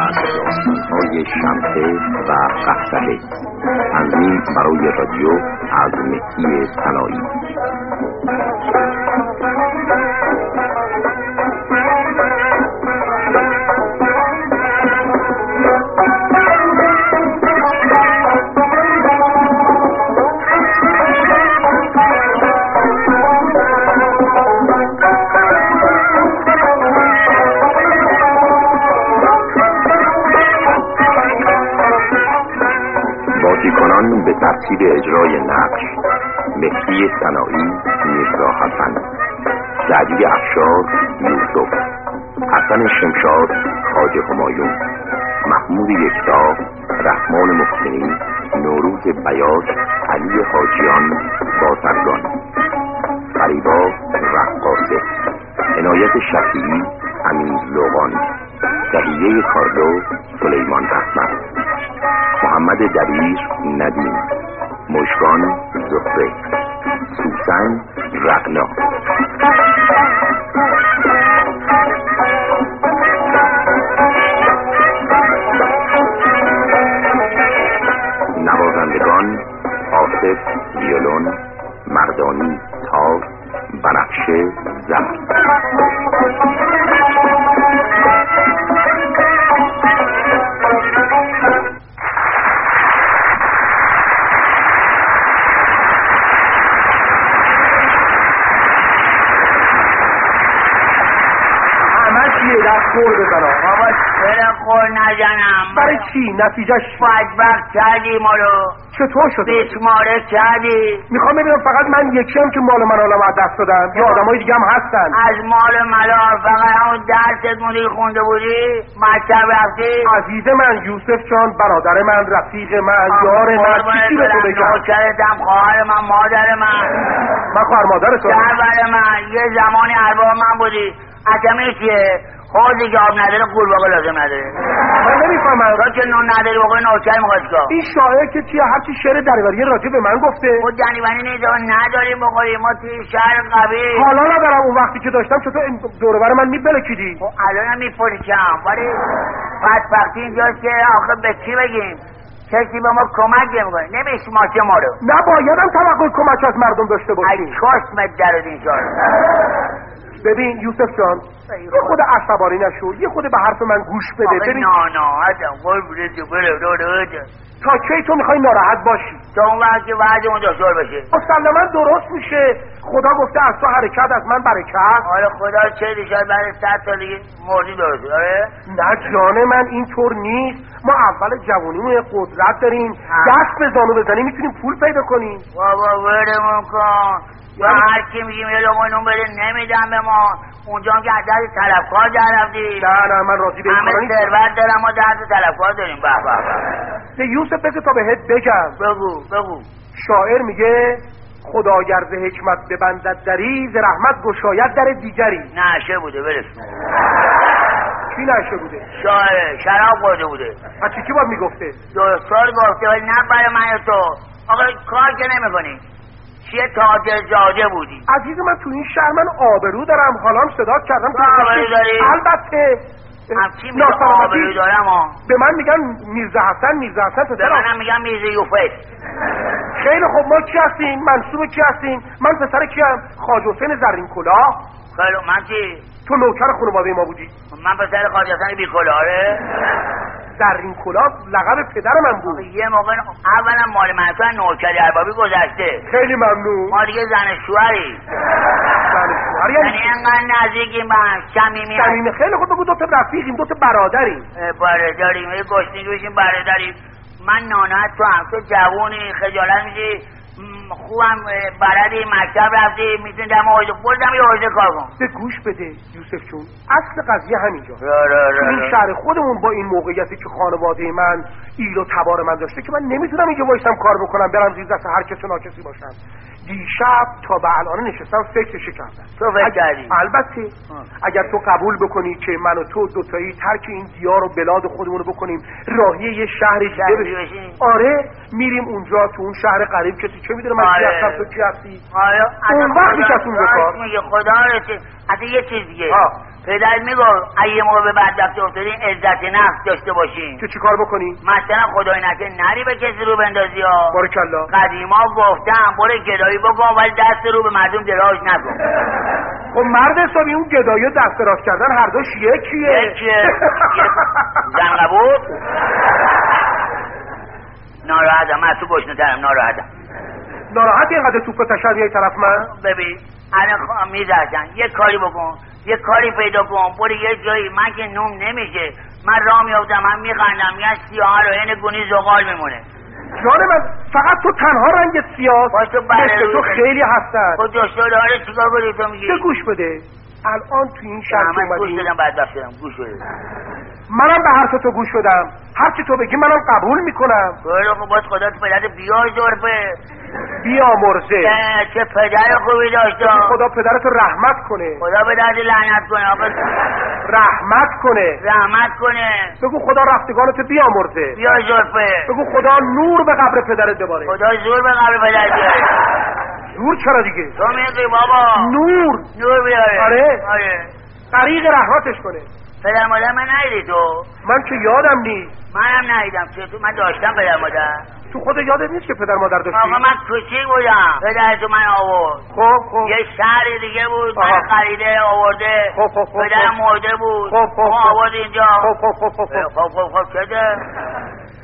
های شمسه و قهقهه تنظیم برای رادیو از مهدی صنایی بازیکنان به ترتیب اجرای نقش مهدی صناعی میرزا حسن سعدی افشار یوسف حسن شمشاد خاج همایون محمود یکتا رحمان محسنی نوروز بیاج علی حاجیان بازرگان فریبا رقاصه عنایت شفیعی امین لوغان تهیه کاردو سلیمان رحمت محمد دبیر ندیم مشکان زهره سوسن رقنا نوازندگان آصف ویولون مردانی تار بنفشه زهر خور بزنم بابا چرا خور نزنم برای چی نتیجهش بدبخت کردی ما رو چطور شده بیسماره کردی میخوام ببینم فقط من یکی هم که مال من آلم از دست دادم یا آدمای دیگه هم هستن از مال ملار فقط همون درست مدیر خونده بودی مکتب رفتی عزیز من یوسف جان برادر من رفیق من یار من چی به تو بگم نوکرتم خواهر من مادر من من خواهر مادر تو دربر من یه زمانی ارباب من بودی عجمه چیه حوزی که آب نداره قورباغه لازم نداره من نمیفهمم را که نون نداری بقول نوکر میخواد کار این شاعر که چیه هرچی شعر دریوری راجع به من گفته ما دنیوانی نیزا نداریم بخوریم ما توی شهر قوی حالا ندارم اون وقتی که داشتم چطور این دوربر من میبلکیدی خب الانم میپرسم ولی بدبختی اینجاست که آخه به چی بگیم کسی به ما کمک نمیکنه نمیشماسه ما رو نبایدم توقع کمک از مردم داشته باشیم ای چشمت درد این ببین یوسف جان یه خود عصبانی نشو یه خود به حرف من گوش بده ببین نه نه آدم قول بده بره بره بره تا کی تو میخوای ناراحت باشی تا اون وقت که وضعمون دشوار بشه مسلما درست میشه خدا گفته از تو حرکت از من برکت آره خدا چه دیشب بعد صد سال دیگه مردی درست آره نه جان من اینطور نیست ما اول جوانیمون قدرت داریم دست به زانو بزنیم میتونیم پول پیدا کنیم بابا ولمون کن یا هر کی میگیم یه لقمه نون بده نمیدم به ما اونجا هم که از دست طلبکار در رفتی نه نه من راضی به همه ثروت دارم ما دست طلبکار داریم به به یوسف بگو تا بهت بگم بگو بگو شاعر میگه خدا گرز حکمت ببندد دری ز رحمت گشاید در دیگری نشه بوده برسون کی نشه بوده شاعر شراب خورده بوده بچه کی باید میگفته دکتر گفته ولی نه برای من تو آقا کار که نمیکنی چیه تاجر جاجه بودی عزیز من تو این شهر من آبرو دارم حالا هم صدا کردم تو آبرو داری البته همچی میگه آبرو دارم ها به من میگن میرزا حسن میرزا حسن تو به منم میگن میرزا یوفت خیلی خب ما کی هستیم منصوب کی هستیم من پسر کیم خاج حسین زرین کلاه خیلی من چی تو نوکر خانواده ما بودی من پسر خاج حسین بی کلاهه در این کلاب لقب پدر من بود آره. یه موقع اولا مال مرکز نوکری اربابی گذشته خیلی ممنون بله. ما دیگه زن شوهری زن شوهری یعنی اینقدر نزدیکیم به هم صمیمی صمیمی خیلی خود بگو دو تا رفیقیم دو تا برادریم برادریم یه بله، گشنگی بشیم برادریم من نانت تو هم تو جوونی خجالت میشی خوبم اه، بلدی مکتب رفتی میتونی دم حوزه بردم یه حوزه کار کن به گوش بده یوسف جون اصل قضیه همینجا را را تو را این را. شهر خودمون با این موقعیتی که خانواده من ایل و تبار من داشته که من نمیتونم اینجا وایسم کار بکنم برم زیر دست هر کس و ناکسی باشم دیشب تا به الان نشستم فکرش کردم تو فکر اگه- کردی؟ البته آه. اگر تو قبول بکنی که من و تو دوتایی ترک این دیار و بلاد خودمون رو بکنیم راهی یه شهر دیگه شهر بشیم. بشیم. آره میریم اونجا تو اون شهر قریب که تو چه میدونم من کی آره. هستم تو کی هستی آیا اون اصلا وقت خدا- نشستون به کار. راست میگه خدا رسید اصلا یه چیز دیگه آه. پدر میگفت اگه ما به بدبختی افتادیم عزت نفس داشته باشیم که چیکار بکنی مثلا خدای نکنه نری به کسی رو بندازی ها بارکالله قدیما گفتم برو گدایی بکن ولی دست رو به مردم دراز نکن خب مرد حسابی اون گدایی و دست راست کردن هر دوش یکیه یکی زن قبول ناراحتم از تو گشنه ترم ناراحتم ناراحت اینقدر توپ و تشر میای طرف من ببین الان خواهم میزرزن یه کاری بکن یه کاری پیدا کن برو یه جایی من که نوم نمیشه من راه میافتم هم میخندم یه سیاه رو عین گونی زغال میمونه جان من فقط تو تنها رنگ سیاس باش تو بله خب مثل تو روی- خیلی هستن خود دشتر داره آره، چیکار کنی تو میگی چه گوش بده الان تو این شهر که من گوش اومدی دادم بعد داشتم گوش بده منم به حرف تو گوش بدم هر چی تو بگی منم قبول میکنم برو خب باز خدا تو پدر بیای زرفه بیا مرزه چه- چه پدر خوبی داشتم خدا پدرتو رحمت کنه خدا به درد لعنت کنه آقا رحمت کنه رحمت کنه بگو خدا رفتگانتو بیامرزه بیا زرفه بگو خدا نور به قبر پدرت بباره خدا زور به قبر پدر بیاره نور چرا دیگه تو میگی بابا نور نور بیاره آره. آره طریق رحمتش کنه پدر مادر من ندیدی تو من که یادم نیست منم ندیدم چه تو من داشتم پدر مادر تو خود یادت نیست که پدر مادر داشتی آقا من کوچیک بودم پدر تو من آورد خب خب یه شهر دیگه بود آها. من خریده آورده خب، خب، خب، پدرم خب. مرده بود خب، خب، ما خب. آورد اینجا خب خب خب خب اه، خب. خب خب خب شده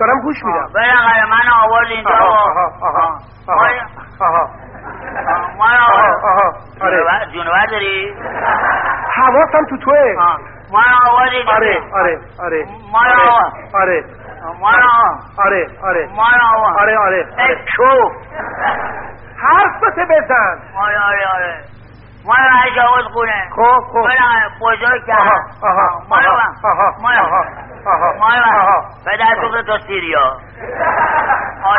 دارم گوش میدم بالاخره من آورد اینجا آها آه. آها آها آه. آها ما- آها آه، ما رو آها آورد آها آره جونور- جونور داری؟ حواسم تو توه آه. ما رو آورد اینجا آره آره آره ما رو آورد آره آره ما رو آورد آره آره ما رو آورد آره آره آره شوف حرف بسه بزن آره آره آره ما رو هجاوز کنه خب خب بلغه بزرگ کرد آها آها ما رو آها آها ما رو آها آها ما رو آها پدر تو که تو سیریا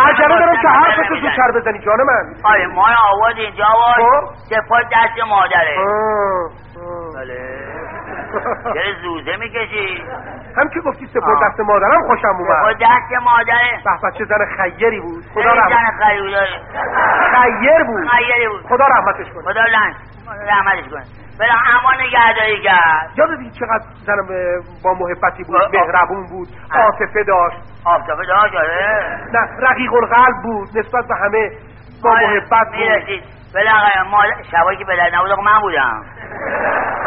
عجله دارم که حرفتو زودتر بزنی جان من آره ما رو آورد اینجا آورد خب. سپاه دست مادره آه، آه. بله چرا زوزه میکشی هم که گفتی سپر آه. دست مادرم خوشم سپاه اومد دست مادره به بچه زن خیری بود خدا خیلی رحمت زن خیری داره خیر بود خیری بود خدا رحمتش کنه خدا لن رحمتش کنه بلا اما نگهداری کرد یاد دیدی چقدر زن اه، با محبتی بود آه، آه. مهربون بود آه. عاطفه داشت آفتابه داشت آره نه رقیق القلب بود نسبت به همه با آره، محبت بود میرسید بالاخره مادر شبایی که پدر نبود آقا من بودم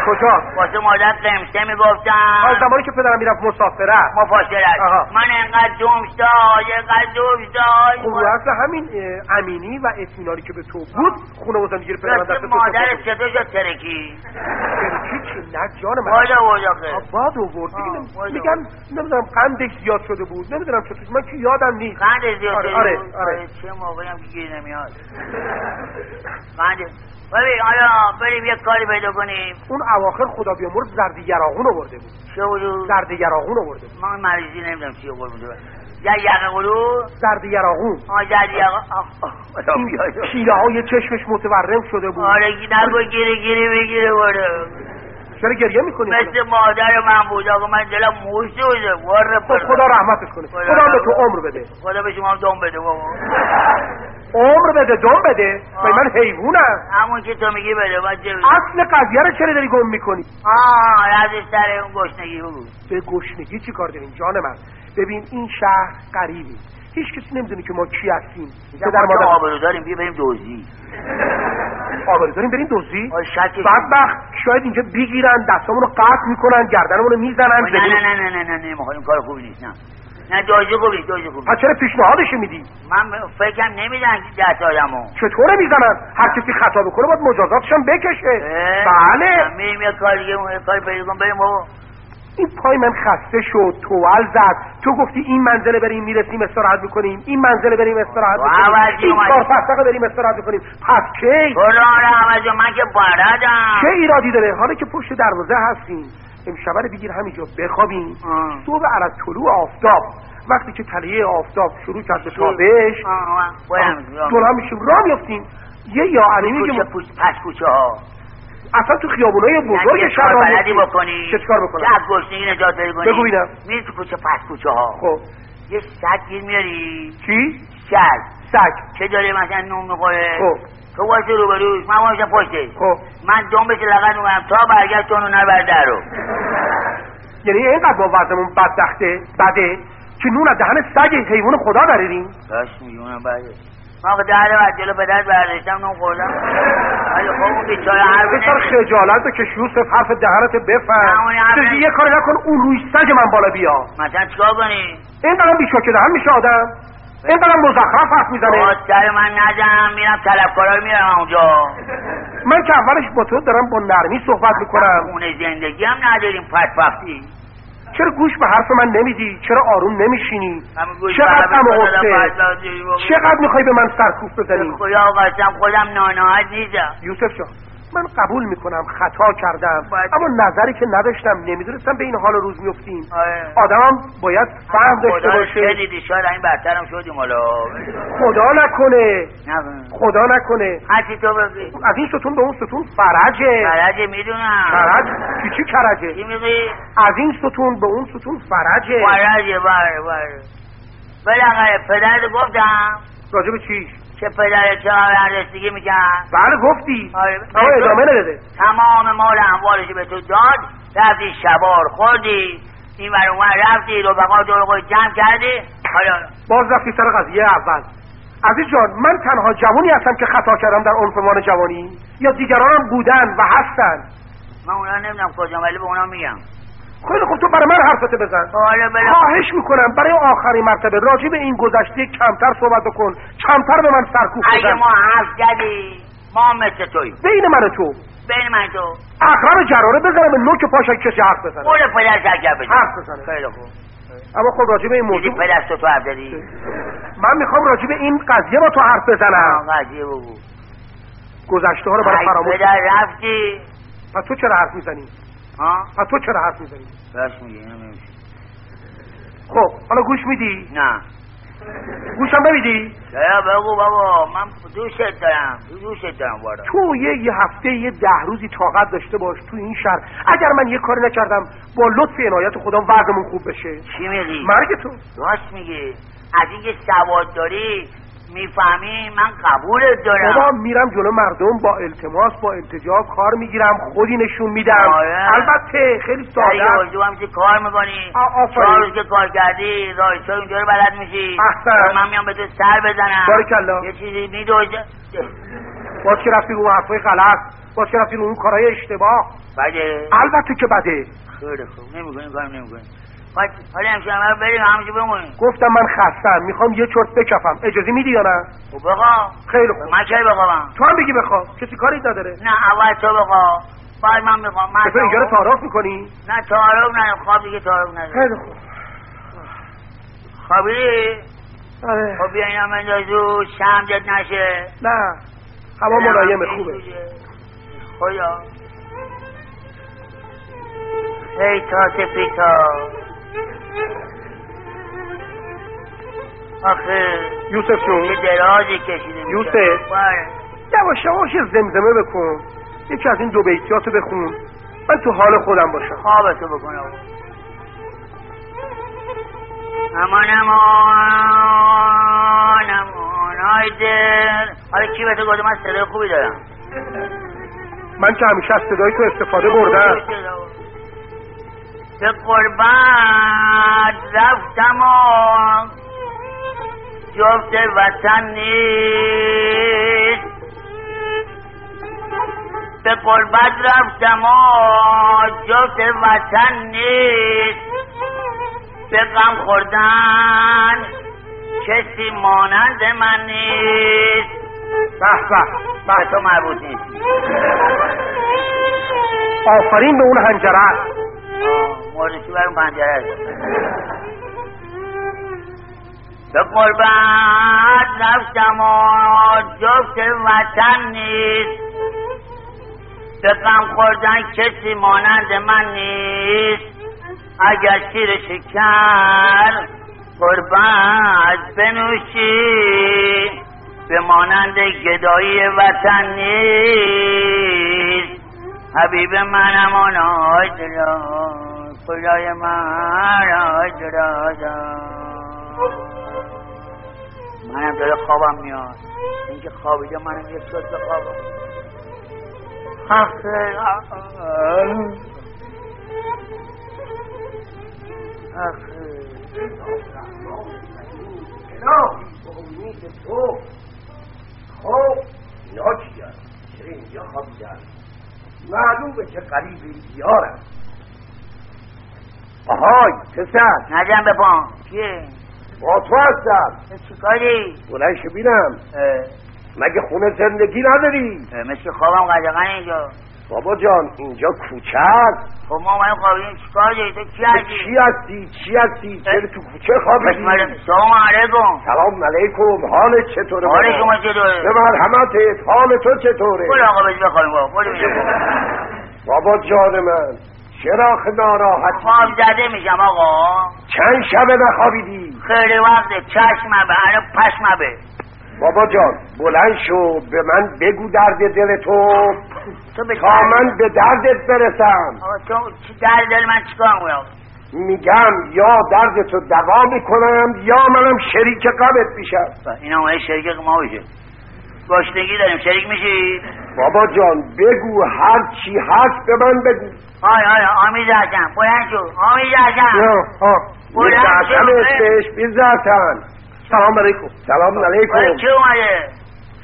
کجا واسه مادر قمشه آن میگفتم زمانی که پدرم میرفت مسافرت مفاصلت آها. من انقدر دومش داشت انقدر دومش خب رو داشت اصل همین اه، امینی و اطمینانی که به تو بود خونه و زندگی پدرم دست راستی تو یعنی مادرش چطور شد ترکی چی نه جان من بادا بادا خیلی آباد آورد آه، دیگه نم- باز میگم نمیدونم قندش زیاد شده بود نمیدونم چطور من که یادم نیست قند زیاد آره، شده آره، بود. آره. چه موقعی هم که گیر نمیاد قند ببین حالا بریم یه کاری پیدا کنیم اون اواخر خدا بیامرز زرد یراغون آورده بود چه بودو زرد یراغون آورده بود من مریضی نمیدونم چیه قول بوده یا یقه قلو زرد یراغون آجر یقه آه، آه، آه، این بیاد. شیره های چشمش متورم شده بود آره گی نگو گیری گیری بگیره باره چرا گریه میکنی مثل مادر من بود آقا من دلم موش شده باره خب خدا رحمتش کنه خدا خدا به تو رحمت. عمر بده خدا به شما هم دم بده بابا عمر بده دم بده آه. و من حیوانم همون که تو میگی بده من چه بده اصل قضیه رو چرا داری گم میکنی آه از سر اون گشنگی بود به گشنگی چی کار داریم جان من ببین این شهر قریبی هیچ کسی نمیدونه که ما کی هستیم پدر ما که مادر آبرو داریم بیا بریم دوزی آبرو داریم بریم دزدی آه شکش بدبخت شاید اینجا بگیرن دستامون رو قطع میکنن گردنمون رو آه، میزنن نه نه نه نه نه نه نه میخوام کار خوبی نیست نه نه دوزی خوبی نیست، دوزی خوبی پس چرا پیشنهادش میدی نیست. من فکرم نمیدن دست آدمو چطوره میزنن هر کسی خطا بکنه باید مجازاتشم بکشه اه، بله میریم یه کار دیگه یه کار پیدا کن بریم بابا این پای من خسته شد توال زد تو گفتی این منزله بریم میرسیم استراحت میکنیم این منزله بریم استراحت تو میکنیم عوضی این اومدی. کار پستقه بریم استراحت میکنیم پس کی تو را را عوض آره، من که بردم چه ایرادی داره حالا که پشت دروازه هستیم امشب رو بگیر همینجا بخوابیم آه. صبح عرض طلوع آفتاب وقتی که تلیه آفتاب شروع کرد به تابش آه، آه، باید هم- دور هم میشیم راه میفتیم یه یا تو علیمی که کوچه پوچ- پس کوچه ها اصلا تو خیابونای بزرگ شهر یعنی کار راه بلدی میفتیم. بکنی چه کار بکنم چه از گشنگی نجات داری کنی بگو ببینم. میری تو کوچه پس کوچه ها خب یه سگ گیر میاری چی سگ سگ که داره مثلا نون میخوره خب تو واسه روبروش من واسه پشتش خب من دم بشه لغت میکنم تا برگشت اونو نبر در رو یعنی اینقدر با وضعمون بدبخته بده که نون از دهن سگ حیوان خدا دریدیم داشت میلیونم بعدش من که در بعد جلو پدرت برداشتم نون خوردم ولی خب اون بیچاره هر یه کار خجالت که یوسف حرف دهنت بفهم همونی حرف چیزی یه کاری نکن اون روی سگ من بالا بیا مثلا چیکار کنی اینقدر بیشاکه دهن میشه آدم اینقدر مزخرف حرف با میزنه سر من نزم میرم طلبکارا رو میارم اونجا من که اولش با تو دارم با نرمی صحبت اصلا میکنم خونه زندگی هم نداریم پتبختی چرا گوش به حرف من نمیدی چرا آروم نمیشینی همون گوش چقدر به هم غم و دادم، غصه بعد دادی بابا. چقدر میخوای به من سرکوف بزنی خدا قسم خودم ناناهت نیستم یوسف جان من قبول میکنم خطا کردم باید. اما نظری که نداشتم نمیدونستم به این حال و روز میفتیم آره. آدمم باید فهم داشته خدا رو باشه شنیدی شاید این برترم شدیم حالا خدا نکنه نه خدا نکنه هرچی تو بگی از این ستون به اون ستون فرجه فرجه میدونم فرج چی چی کرجه چی میگی از این ستون به اون ستون فرجه فرجه بره بره بله، بالاخره پدرت گفتم راجع به چی که پدرت چه هرستگی میکرد بله گفتی آره. اما ادامه نده تمام مال اموالش به تو داد رفتی شبار خوردی این ور اون ور رفتی رفقا دور خود جمع کردی حالا باز رفتی سر قضیه اول عزیز جان من تنها جوانی هستم که خطا کردم در عنفوان جوانی یا دیگران هم بودن و هستن من اونا نمیدونم کجا ولی به اونا میگم خیلی خوب تو برای من حرفتو بزن حالا بلا خواهش میکنم برای آخرین مرتبه راجع به این گذشته کمتر صحبت کن کمتر به من سرکوب اگه بزن ما حرف زدی ما مثل توی بین من و تو بین من تو اقرب جراره بزنم به نوک پاش اگه کسی حرف بزنه قول پدر سرکر بده حرف بزنه. خیلی خوب اما خب راجع به این دیدی موضوع پدر تو تو حرف زدی من میخوام راجع به این قضیه با تو حرف بزنم آقا عجیب بگو گذشته ها رو برای ای فراموش پدر رفتی و تو چرا حرف میزنی ها و تو چرا حرف میزنی راست میگی اینو نمیشه. خب حالا گوش میدی نه گوشم نمیدی چرا بگو بابا من دوست دارم دوست دارم بارا تو یه, یه هفته یه ده روزی طاقت داشته باش تو این شهر اگر من یه کاری نکردم با لطف عنایت خدا وضعمون خوب بشه چی میگی مرگ تو راست میگی از اینکه سواد داری میفهمی من قبولت دارم بابا میرم جلو مردم با التماس با التجا کار میگیرم خودی نشون میدم آره. البته خیلی در ساده یه است. بازی با هم که کار میکنی آ- آفرین. چهار روز که کار کردی رایت های اونجا رو بلد میشی احسن. من میام به تو سر بزنم باریکلا. یه چیزی میدوزه باز که رفتی رو اون حرفای غلط باز که رفتی رو اون کارهای اشتباه بله البته که بده خیلی خوب نمیکنی کار نمیکنی حالا همشه همه بریم همشه بمونیم گفتم من خستم میخوام یه چرت بکفم اجازه میدی یا نه خب بخواب خیلی خوب من چای بخوابم تو هم بگی بخواب کسی کاری نداره نه اول تو بخواب بعد من میخوام من تو اینجا رو تا- تعارف میکنی نه تعارف نه خواب دیگه تعارف نداره خیلی خوب خوابی آره خب بیا اینا من رو شم جد نشه نه هوا ملایمه خوبه خدا هی تات پیتا آخه یوسف یه جون درازی کشیده میشه. یوسف. بله. یواش یواش یه زمزمه بکن یکی از این دو بیتیاتو بخون من تو حال خودم باشم خوابتو بکن آقا امان امان امان آی دل حالا کی به تو گفته من صدای خوبی دارم من که همیشه از صدای تو استفاده بردم به قربت رفتم و جفت وطن نیست به قربت رفتم و جفت وطن نیست به غم خوردن کسی مانند من نیست به به به تو مربوط نیست آفرین به اون هنجره آه. مردشی بر اون پنجره است به قربت رفتم و جفت وطن نیست به غم خوردن کسی مانند من نیست اگر شیر شکر قربت بنوشی به مانند گدایی وطن نیست حبیب منم آن آج را خدای من آج را دار. منم داره خوابم میاد اینکه خوابیده منم یک شد به خوابم آخه، آه. آخه. الهی به امید تو خب اینا کیان چرا اینجا خوابیدن معلومه که قریب دیارم آهای پسر نزن به پا کیه؟ با تو هستم تو چیکاری؟ بلند شو بینم اه، مگه خونه زندگی نداری اه، مثل خوابم قدقن اینجا بابا جان اینجا کوچه است خب ما اومدیم خوابیدیم چیکار داری تو کی تو هستی چی هستی چی هستی چرا تو کوچه بله. بسم الله خوابیدی سلام علیکم سلام علیکم حالت چطوره حال بابا؟ شما چطوره به مرحمتت حال تو چطوره برو آقا بهش بخوابیم بابا برو بیرون. بابا جان من چرا آخه ناراحتی خواب زده میشم آقا چند شبه نخوابیدی خیلی وقت چشمه به الان پشمه به بابا جان بلند شو به من بگو درد دل تو تو به تا من به دردت برسم آقا تو چی در دل من چیکار کنم میگم یا درد تو دوا میکنم یا منم شریک قبط میشم اینا اومده شریک ما بشه گشنگی داریم شریک میشی بابا جان بگو هر چی هست به من بگو آی آی آمیز هستم بلند شو آمیز هستم بلند شو. میزهتن بهش میزهتن سلام علیکم سلام برای علیکم چی اومده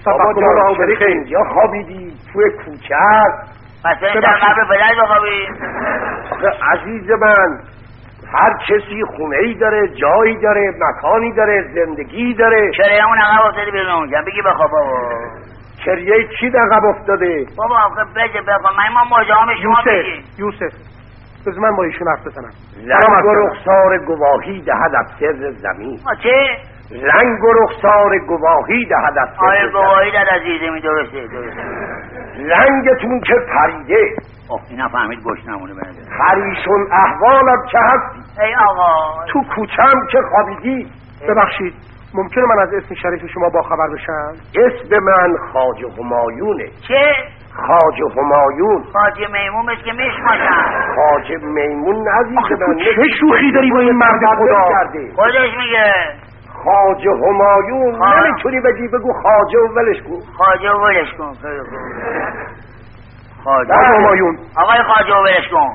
بابا تفکر راه جان بری شریک خیلی. یا خوابیدی توی کوچه است پس این در قبر پدر بخوابی آخه عزیز من هر کسی خونه ای داره جایی داره مکانی داره زندگی داره چرا اون عقب افتادی بیرون اونجا بگی بخواب بابا کریه چی دقب افتاده بابا آخه بده بخواب من ما مجام شما بگی یوسف یوسف بذار من با ایشون حرف بزنم رنگ و رخسار گواهی دهد از سر زمین آ، چی؟ رنگ و رخسار گواهی دهد از آره سر زمین گواهی در عزیزه می درسته درسته رنگتون که پریده اوه اینا فهمید گوش نمونه بنده پریشون احوالم که هستی ای آقا تو کوچم که خوابیدی ببخشید ممکنه من از اسم شریف شما باخبر بشم اسم من خاج همایونه چه خاج همایون خاجه میمون بس که میشماشم خاج میمون آخه عزیز تو من چه شوخی داری با این مرد خدا کرده خودش میگه خاج همایون آه. نمیتونی بگی بگو خاجه و ولش کن خاجه و ولش کن خیلی خوب. خاجه بله. آقای خاجه و ولش کن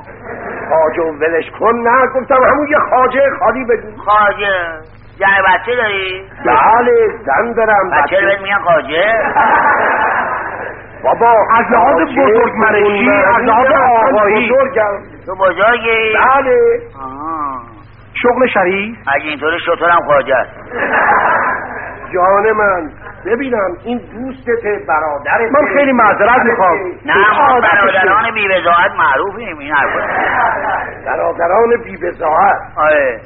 خاجه و ولش کن نه گفتم همون یه خاجه خالی بگو خاجه زن بچه داری؟ بله زن دارم بچه رو بهت میگن خاجه بابا از لحاظ خاجه بزرگمرشی، بزرگمرشی از لحاظ اصلا آقایی. بزرگم. تو بزرگی؟ بله آها. شغل شریف اگه اینطوری شطورم خاجه است جان من ببینم این دوستت برادرت بله. من خیلی معذرت میخوام. نه ما برادران بیوزاعت معروفیم این حرفا برادران بیبزاعت آره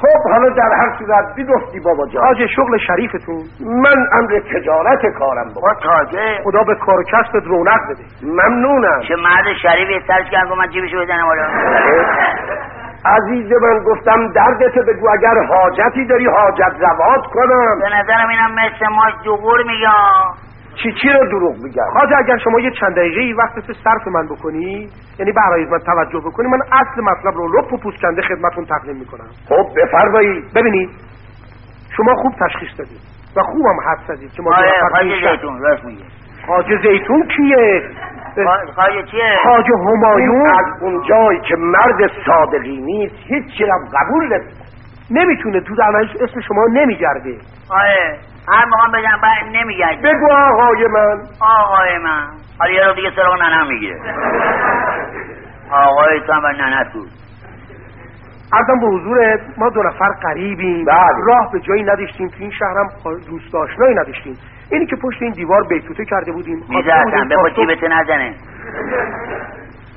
خب حالا در هر صورت بیگفتی بابا جان آج شغل شریفتون من امر تجارت کارم بابا با تاجه خدا به کار و کسبت رونق بده ممنونم چه مرد شریف سرش کرد گفت من جیبشو بزنم آره. حالا بله. عزیز من گفتم دردت بگو اگر حاجتی داری حاجت زوات کنم خب، به نظرم اینم مثل ماش دوغور میگه چی چی رو دروغ میگم خواجه اگر شما یه چند دقیقه ای وقت تو صرف من بکنی یعنی برای من توجه بکنی من اصل مطلب رو لپ و پوست کنده خدمتون تقدیم میکنم خب بفرمایید ببینید شما خوب تشخیص دادید و خوبم حد زدید که ما آره دو نفر خواهی نیستیم. زیتون راست میگه خواجه زیتون کیه خواهی چیه خب. خواجه اون همایون آره. از اون جایی که مرد صادقی نیست هیچی هم قبول نمی‌کنه. نمیتونه تو در نهایت اسم شما نمیگرده آره هر موقع بزن بعد نمیگرد بگو آقای من آقای من حالا یه رو دیگه سراغ ننم میگیره آقای تو هم و ننه تو خب، ارزم به حضورت ما دو نفر قریبیم بله. راه به جایی نداشتیم تو این شهرم دوست آشنایی نداشتیم خب، اینی که پشت این دیوار بیتوته کرده بودیم خواسته بودیم میزدن به پاسخ- جیبت نزنه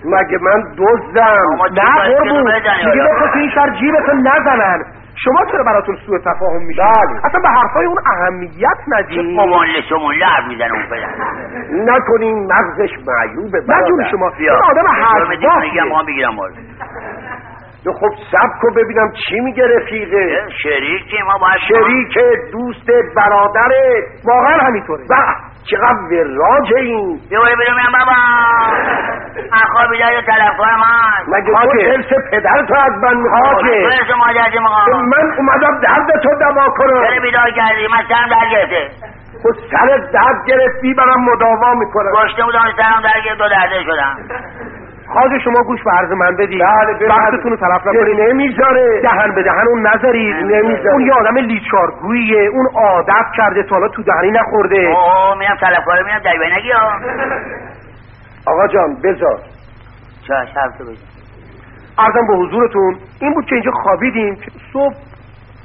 مگه من دزدم شما نه چی باید قربون که بزنی دیگه آدم؟ بخوا تو این شهر جیبتون نزنن شما چرا براتون سوء تفاهم میشه بله. اصلا به حرفای اون اهمیت چه ندین قماله شماله حرف میزنه اون پدر نکنین مغزش معیوبه نه جون برادر. بله. شما این بیا آدم جرم دیگه حرفاتیه میگم ما میگیرم باز نه خب سب کن ببینم چی میگه رفیقه شریکی ما باید شریک دوست برادره واقعا همینطوره بله. به چقدر وراج این بیا برو بیرون میام بابا اخواب بیدار طرفدار من مگه تو حاجه. ارث پدر تو از من میخواد برس مادر از این مقام. من اومدم درد تو دوا چرا کنم بیدار کردی من سرم در گرفته خب سر درد گرفتی برم مداوا میکنم گشته بودم سرم در گرفت و درده شدم خواهد شما گوش به عرض من بدید بله، بله. یعنی وقتتون رو تلف دل نکنید نمیذاره دهن به دهن اون نذارید نمی‌ذاره. اون یه آدم لیچارگوییه اون عادت کرده تا حالا تو دهنی نخورده اوه میرم طلبکار میرم در بینگی ها آقا جان بذار چه شب تو بگی ارزم به حضورتون این بود که اینجا خوابیدیم که صبح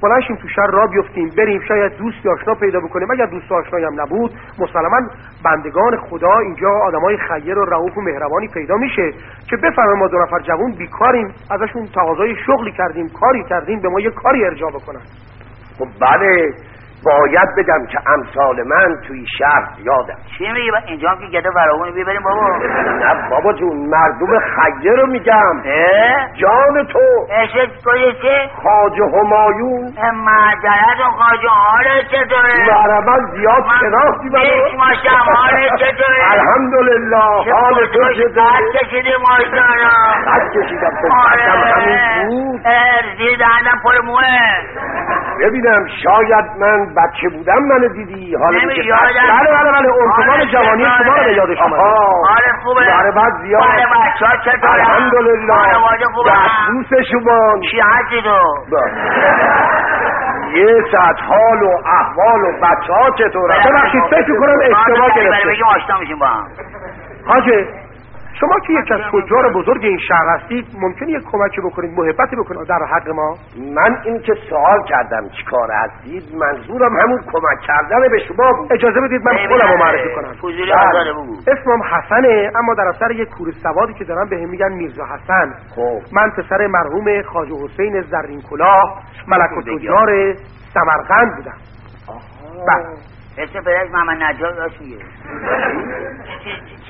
بلنشیم تو شهر را بیفتیم بریم شاید دوستی آشنا پیدا بکنیم اگر دوست آشنایی هم نبود مسلما بندگان خدا اینجا آدمای خیر و رعوف و مهربانی پیدا میشه که بفهمه ما دو نفر جوون بیکاریم ازشون تقاضای شغلی کردیم کاری کردیم به ما یه کاری ارجاع بکنن خب بله باید بگم که امثال من توی شهر زیادم چی میگی با- اینجا هم که گده فراغونه بیبریم بابا نه بابا جون مردم خیر رو میگم اه جان تو اشت کنی چه خاج همایون مجرد و خاج حالت چطوره مرمن زیاد من شناختی یک ماشم حالت چطوره الحمدلله چه حال تو خوش چطوره قد کشیدی ماشاءالله. قد کشیدم خب قدم همین بود آره زید آدم پر موه ببینم شاید من بچه بودم منو دیدی حالا نمی- دیگه یادم. بله بله بله آره، ارتمان جوانی چطوره. شما رو به یادش آمد آها. حال خوبه بله، بعد زیاد. حال بچه ها چطوره الحمدلله خانواده خوبه دوست شما چی هستی تو یه ساعت حال و احوال و بچه ها چطوره ببخشید، فکر می‌کنم آره، اشتباه بعد گرفته. بگیم آشنا میشیم با هم حاجه شما که یک از تجار بزرگ این شهر هستید ممکنه یک کمکی بکنید محبتی بکنید در حق ما من این که سوال کردم چیکار هستید منظورم همون کمک کردن به شما بود اجازه بدید من خودم رو معرفی کنم فضولی بله. آزاده بگو اسمم حسنه اما در اثر یک کور سوادی که دارن بهم میگن میرزا حسن خب من پسر مرحوم خواجه حسین زرین کلاه ملک و تجار سمرقند بودم بله اسم پدرش محمد نجار داشت میگه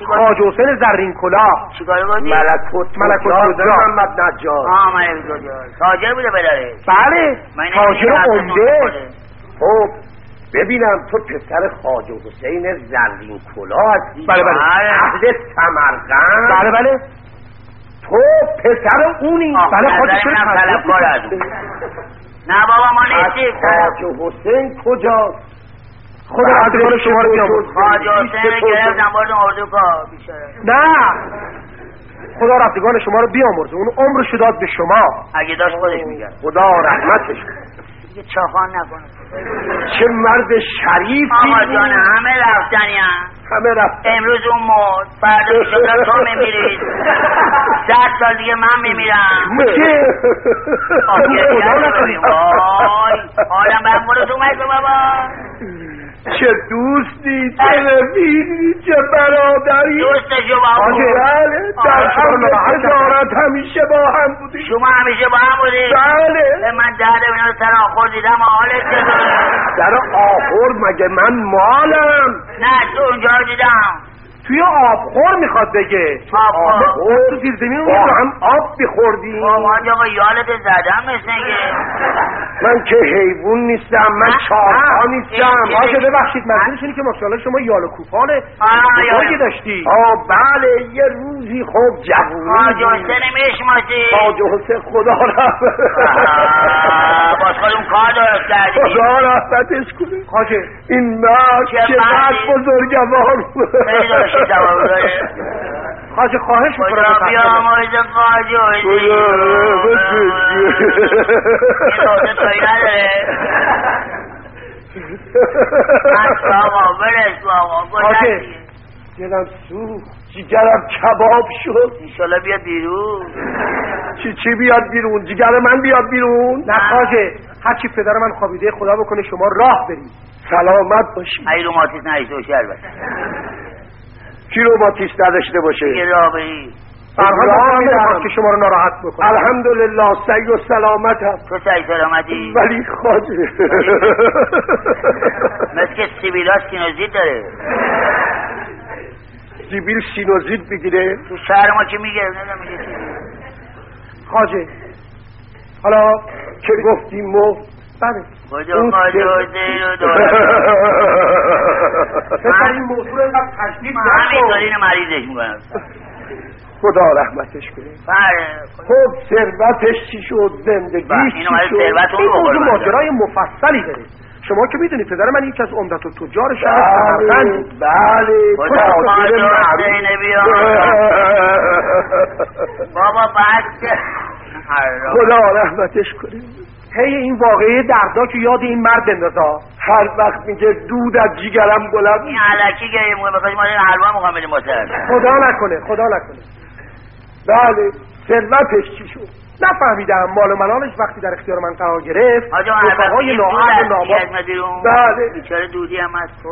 خواجه حسین زرین کلاه چیکار بودی؟ ملکوت ملکوت ملکوت نجات. محمد نجار آه ملک تجار تاجر بوده پدرش بله من نمی‌دونم تاجر حرف عمده نمی‌خوره. خب ببینم تو پسر خواجه حسین زرین کلا هستی بله، بله. اهل سمرقند بله بله تو پسر اونی آه، بله، نظر خودش رو اینم تنظیم طلبکار از اون. نه بابا ما از نیستیم خواجه حسین کجاست خدا بله، عزیزان شما رو شما بیامرز. شما. خواجه حسین رو گرفتم بردم اردوگاه بیچاره نه خدا رفتگان شما رو بیامرزه اون عمرش رو داد به شما اگه داشت خودش میگرد خدا رحمتش کنه. دیگه چاخان نکنه چه مرد شریفی آقا بود. جان همه رفتنی هم. همه رفت امروز اون مرد فردا ایشالله تو میمیری صد سال دیگه من میمیرم چه؟ آه، یه خدا دیگه نکنه. ببین. وای آدم برم برو تو مگه بابا چه دوستی چه رفیقی چه برادری دوستشو با هم آجه. بود. بله در آه، شما حمل ناراحت تجارت همیشه با هم بودیم شما همیشه با هم بودی بله اه، من درد اینا رو سر آخور دیدم حالت چطوره در آخور مگه من مالم نه تو اونجا رو دیدم توی آبخور میخواد بگه آبخور. آبخور تو زیر زمین با اون هم آب بخوردیم بابا آقا یالت زدم مثل که من که حیوان نیستم من نه، چارپا نه. نیستم این- آجه ببخشید منظورش اینه که ماشاءالله شما یال و کوپان آه، یال. بزرگی داشتی آه بله یه روزی خوب جوونی خواجه بود. حسین میشماسی خواجه حسین خدا رحمت آه، باز خودم کار درست کردی خدا رحمتش کنه خاجه این مرد چه چقدر مردی. بزرگوار بود. خیلی داشتی جواب داره خاجه خواهش میکنم خدا بیامرز خواجه حسین خدا رحمتش این روزه توی نداره بس آقا برس آقا خواجه. گذشت دیگه. دلم سوخت جیگرم کباب شد انشالله بیاد بیرون چی چی بیاد بیرون جیگر من بیاد بیرون نه خاجه هرچی پدر من خوابیده خدا بکنه شما راه برید سلامت باشی ای روماتیس نهیسته باشی البته کی رو با تیش نداشته باشه دیگه راه بری برحال ابراهیم نمی‌خوام هم. که شما رو ناراحت بکنم الحمدلله سعی و سلامتم تو سعی سلامتی ولی خاجه مثل که سیبیلاس سینوزیت داره سیبیل سینوزیت بگیره تو شهر ما که میگه نمی‌دونم میگه چی. خاجه حالا که گفتیم مو بله خدا خدا دیر و دارم پسر این موضوع رو اینقدر تشدید نکن. همینطورین مریضش میکنم خدا رحمتش کنه بله خب ثروتش چی شد زندگیش بله، چی اینو برای ثروت این اون موضوع بخور من دارم. ماجرای مفصلی داره شما که میدونید پدر من یکی از عمدت و تجار شهر بله سمرقند بله خدا خدا خدا خدا معروف. حسین بیام. بابا بس خدا رحمتش کنه هی این واقعه دردناک رو یاد این مرد اندازا هر وقت میگه دود از جیگرم بلند این علکی گریم بخواهی ما این حلوه مقام بدیم واسه. خدا نکنه خدا نکنه بله ثروتش چی شد نفهمیدم مال و منالش وقتی در اختیار من قرار گرفت حاجا اون رفقای عربستگی دود نااهل و هستی ناباب- از مدیرون. بله بیچاره دودی هم هست خب.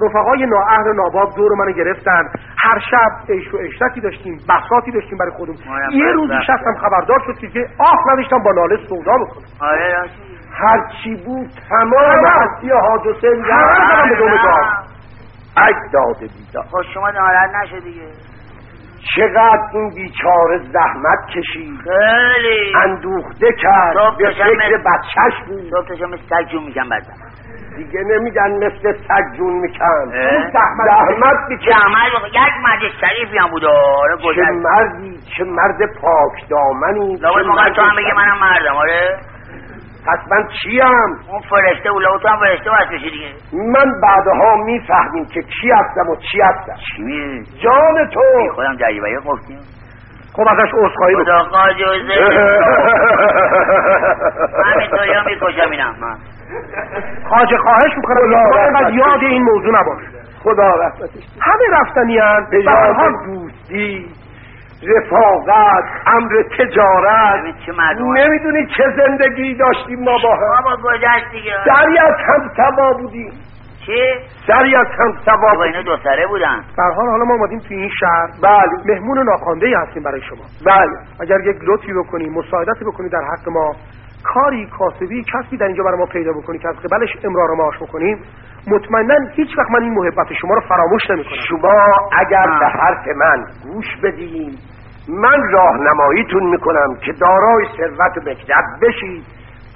رفقای نااهل و ناباب دور منو گرفتن هر شب عیش و عشرتی داشتیم بساتی داشتیم برای خودم منم یه بس روز رفتم. نشستم خبردار شد که دیگه آه نداشتم با ناله سودا بکنم آره راستی. هر چی بود تمام تمام. هستی حادثه همه رو زدم به میگم دم دار. اجداد بیدار خب شما ناراحت نشو دیگه چقدر این بیچاره زحمت کشید خیلی اندوخته کرد صبح به شب فکر مثل- بچهش بود صبح شما مثل سگ جون میگم بزن دیگه نمیگن مثل سجون میکن اه. زحمت زحمت میکن جمعه بخ... یک مرد شریفی هم بود آره چه گذشت مردی چه مرد پاک دامنی چه لابد موقع مرد تو هم بگه منم مردم آره پس من چیم اون فرشته بود لابد تو هم فرشته بست بشی دیگه من بعدها میفهمیم که کی هستم و چی هستم چی می‌دونی؟ جان بی تو خودم جریبه یه گفتیم خب ازش عذرخواهی بکنم خدا خواهد جوزه همینطوری هم میکشم اینم من. خواجه خواهش میکنم خدا شما رحمت اینقدر کنه. یاد این موضوع نباش خدا رحمتش کنه. همه رفتنی هم به یاد دوستی رفاقت امر تجارت ببین چه مردم هست. نمیدونی چه زندگی داشتیم ما با هم بابا گذشت دیگه سری از هم سوا بودیم چی؟ سری از هم سوا بابا بودیم اینا دو سره بودن برحال حالا ما اومدیم توی این شهر بله مهمون ناخوانده هستیم برای شما بله اگر یک لطفی بکنی مساعدتی بکنی در حق ما کاری کاسبی کسبی در اینجا برای ما پیدا بکنی که از قبلش امرار معاش بکنیم مطمئنا هیچ وقت من این محبت شما رو فراموش نمیکنم شما اگر آه. به حرف من گوش بدین من راهنماییتون میکنم که دارای ثروت و مکدب بشید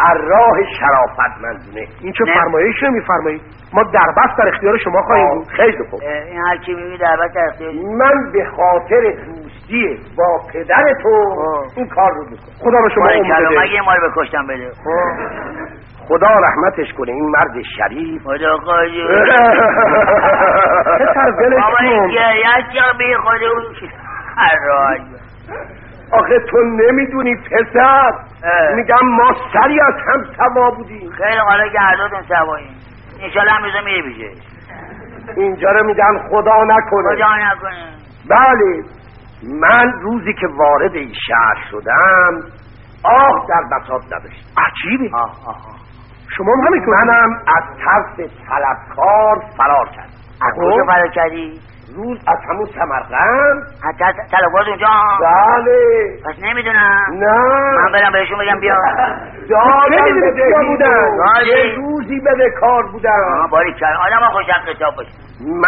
از راه شرافتمندونه این چه نه. فرمایش میفرمایید ما در بس در اختیار شما خواهیم آه، بود خیلی خوب اه، این هر کی میبینی در وقت اختیار من به خاطر دوستی با پدر تو آه. این کار رو میکنم خدا به شما باری عمر کلا بده مگه ما رو بکشتم بده خدا رحمتش کنه این مرد شریف خدا خواهدی پسر ولش بابا این کن گریت یا بی خود اون که- حراج. آخه تو نمیدونی پسر اه. میگم ما سری از هم سوا بودیم خیلی حالا که هر دوتون سوایی انشالله هم روزا میری بیشه اینجا رو میگن خدا نکنه خدا نکنه بله من روزی که وارد این شهر شدم آه در بساط نداشتم عجیبه آه آه خب. آه. شما هم همینطور منم از ترس طلبکار فرار کردم از خب. کجا فرار کردی روز از همون سمرقند از دست تلفات اونجا بله پس نمیدونم نه من برم بهشون بگم بیا دادم نمی‌دونی بده کیا بودن. بودم بله. یه روزی بده کار آه، بودم باری کرد آدم ها خوشم کتاب باشه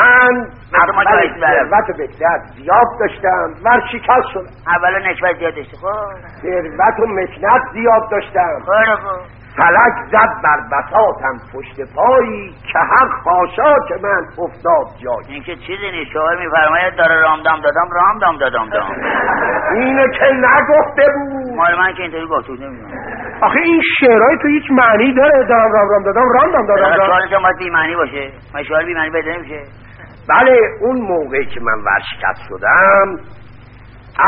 من مثل ما اول جایز برم. ثروت بکرد زیاد داشتم ورشکست شدم اولا نشوه زیاد داشته خب ثروت و مکنت زیاد داشتم خیلی خب فلک زد بر بساتم پشت پایی که هر خاشاک من افتاد جایی این که چیزی نیست شاعر میفرماید داره رامدام دادم رامدام دادم دام اینو که نگفته بود مال من که اینطوری گفت بود نمیدونم آخه این شعرهای تو هیچ معنی داره دارم رام رام دادم رام رام دادم رام. شعار باید بیمعنی باشه من شعار بیمعنی بده نمیشه بله اون موقعی که من ورشکست شدم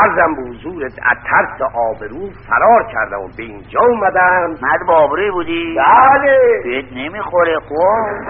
عرضم به حضورت از ترس آبرو فرار کردم و به اینجا اومدم مرد با آبروی بودی بله بهت نمیخوره خب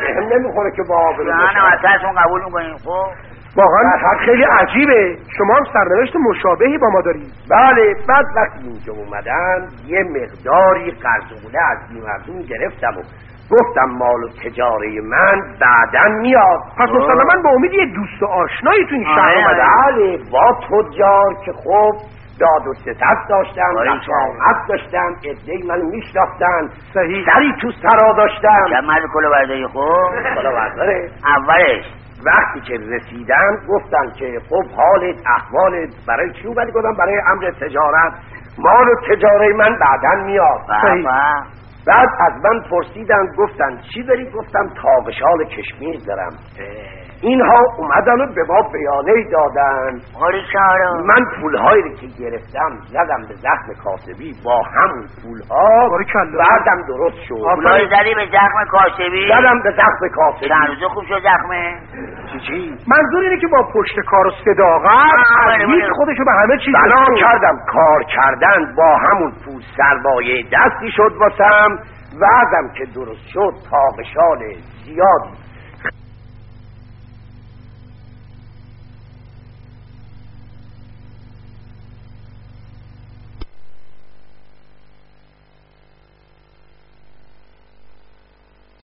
بهم نمیخوره که با آبرو جهنم باشم. از ترس اون قبول میکنیم خب واقعا خیلی عجیبه شما هم سرنوشت مشابهی با ما دارید بله بعد وقتی اینجا اومدم یه مقداری قرضونه از بیمردون گرفتم و گفتم مال و تجاره من بعدا میاد پس مسلما به امید یه دوست و آشنایی تو این شهر آره، اومده بله با تجار که خب داد و ستت داشتم آره. رفاقت داشتم عدهای منو میشناختن صحیح سری تو سرا داشتم جمع کلو برداری خوب خب. خدا برداره. اولش وقتی که رسیدم گفتم که خب حالت احوالت برای چی اومدی گفتم برای امر تجارت مال و تجاره من بعدا میاد بله، بابا بعد از من پرسیدن گفتن چی داری گفتم تابشال کشمیر دارم اینها اومدن و به ما بیانه دادن خوری کارو من پولهایی رو که گرفتم زدم به زخم کاسبی با همون پولها آره، باریکلا. بعدم درست شد پولای زدی به زخم کاسبی زدم به زخم کاسبی چند روزه خوب شد زخمه چی چی؟ منظور اینه که با پشت کار و صداقت آره، آره. هیچ خودشو به همه چیز بنا رسوند. کردم کار کردن با همون پول سرمایه دستی شد واسم وعدم که درست شد تابشال زیادی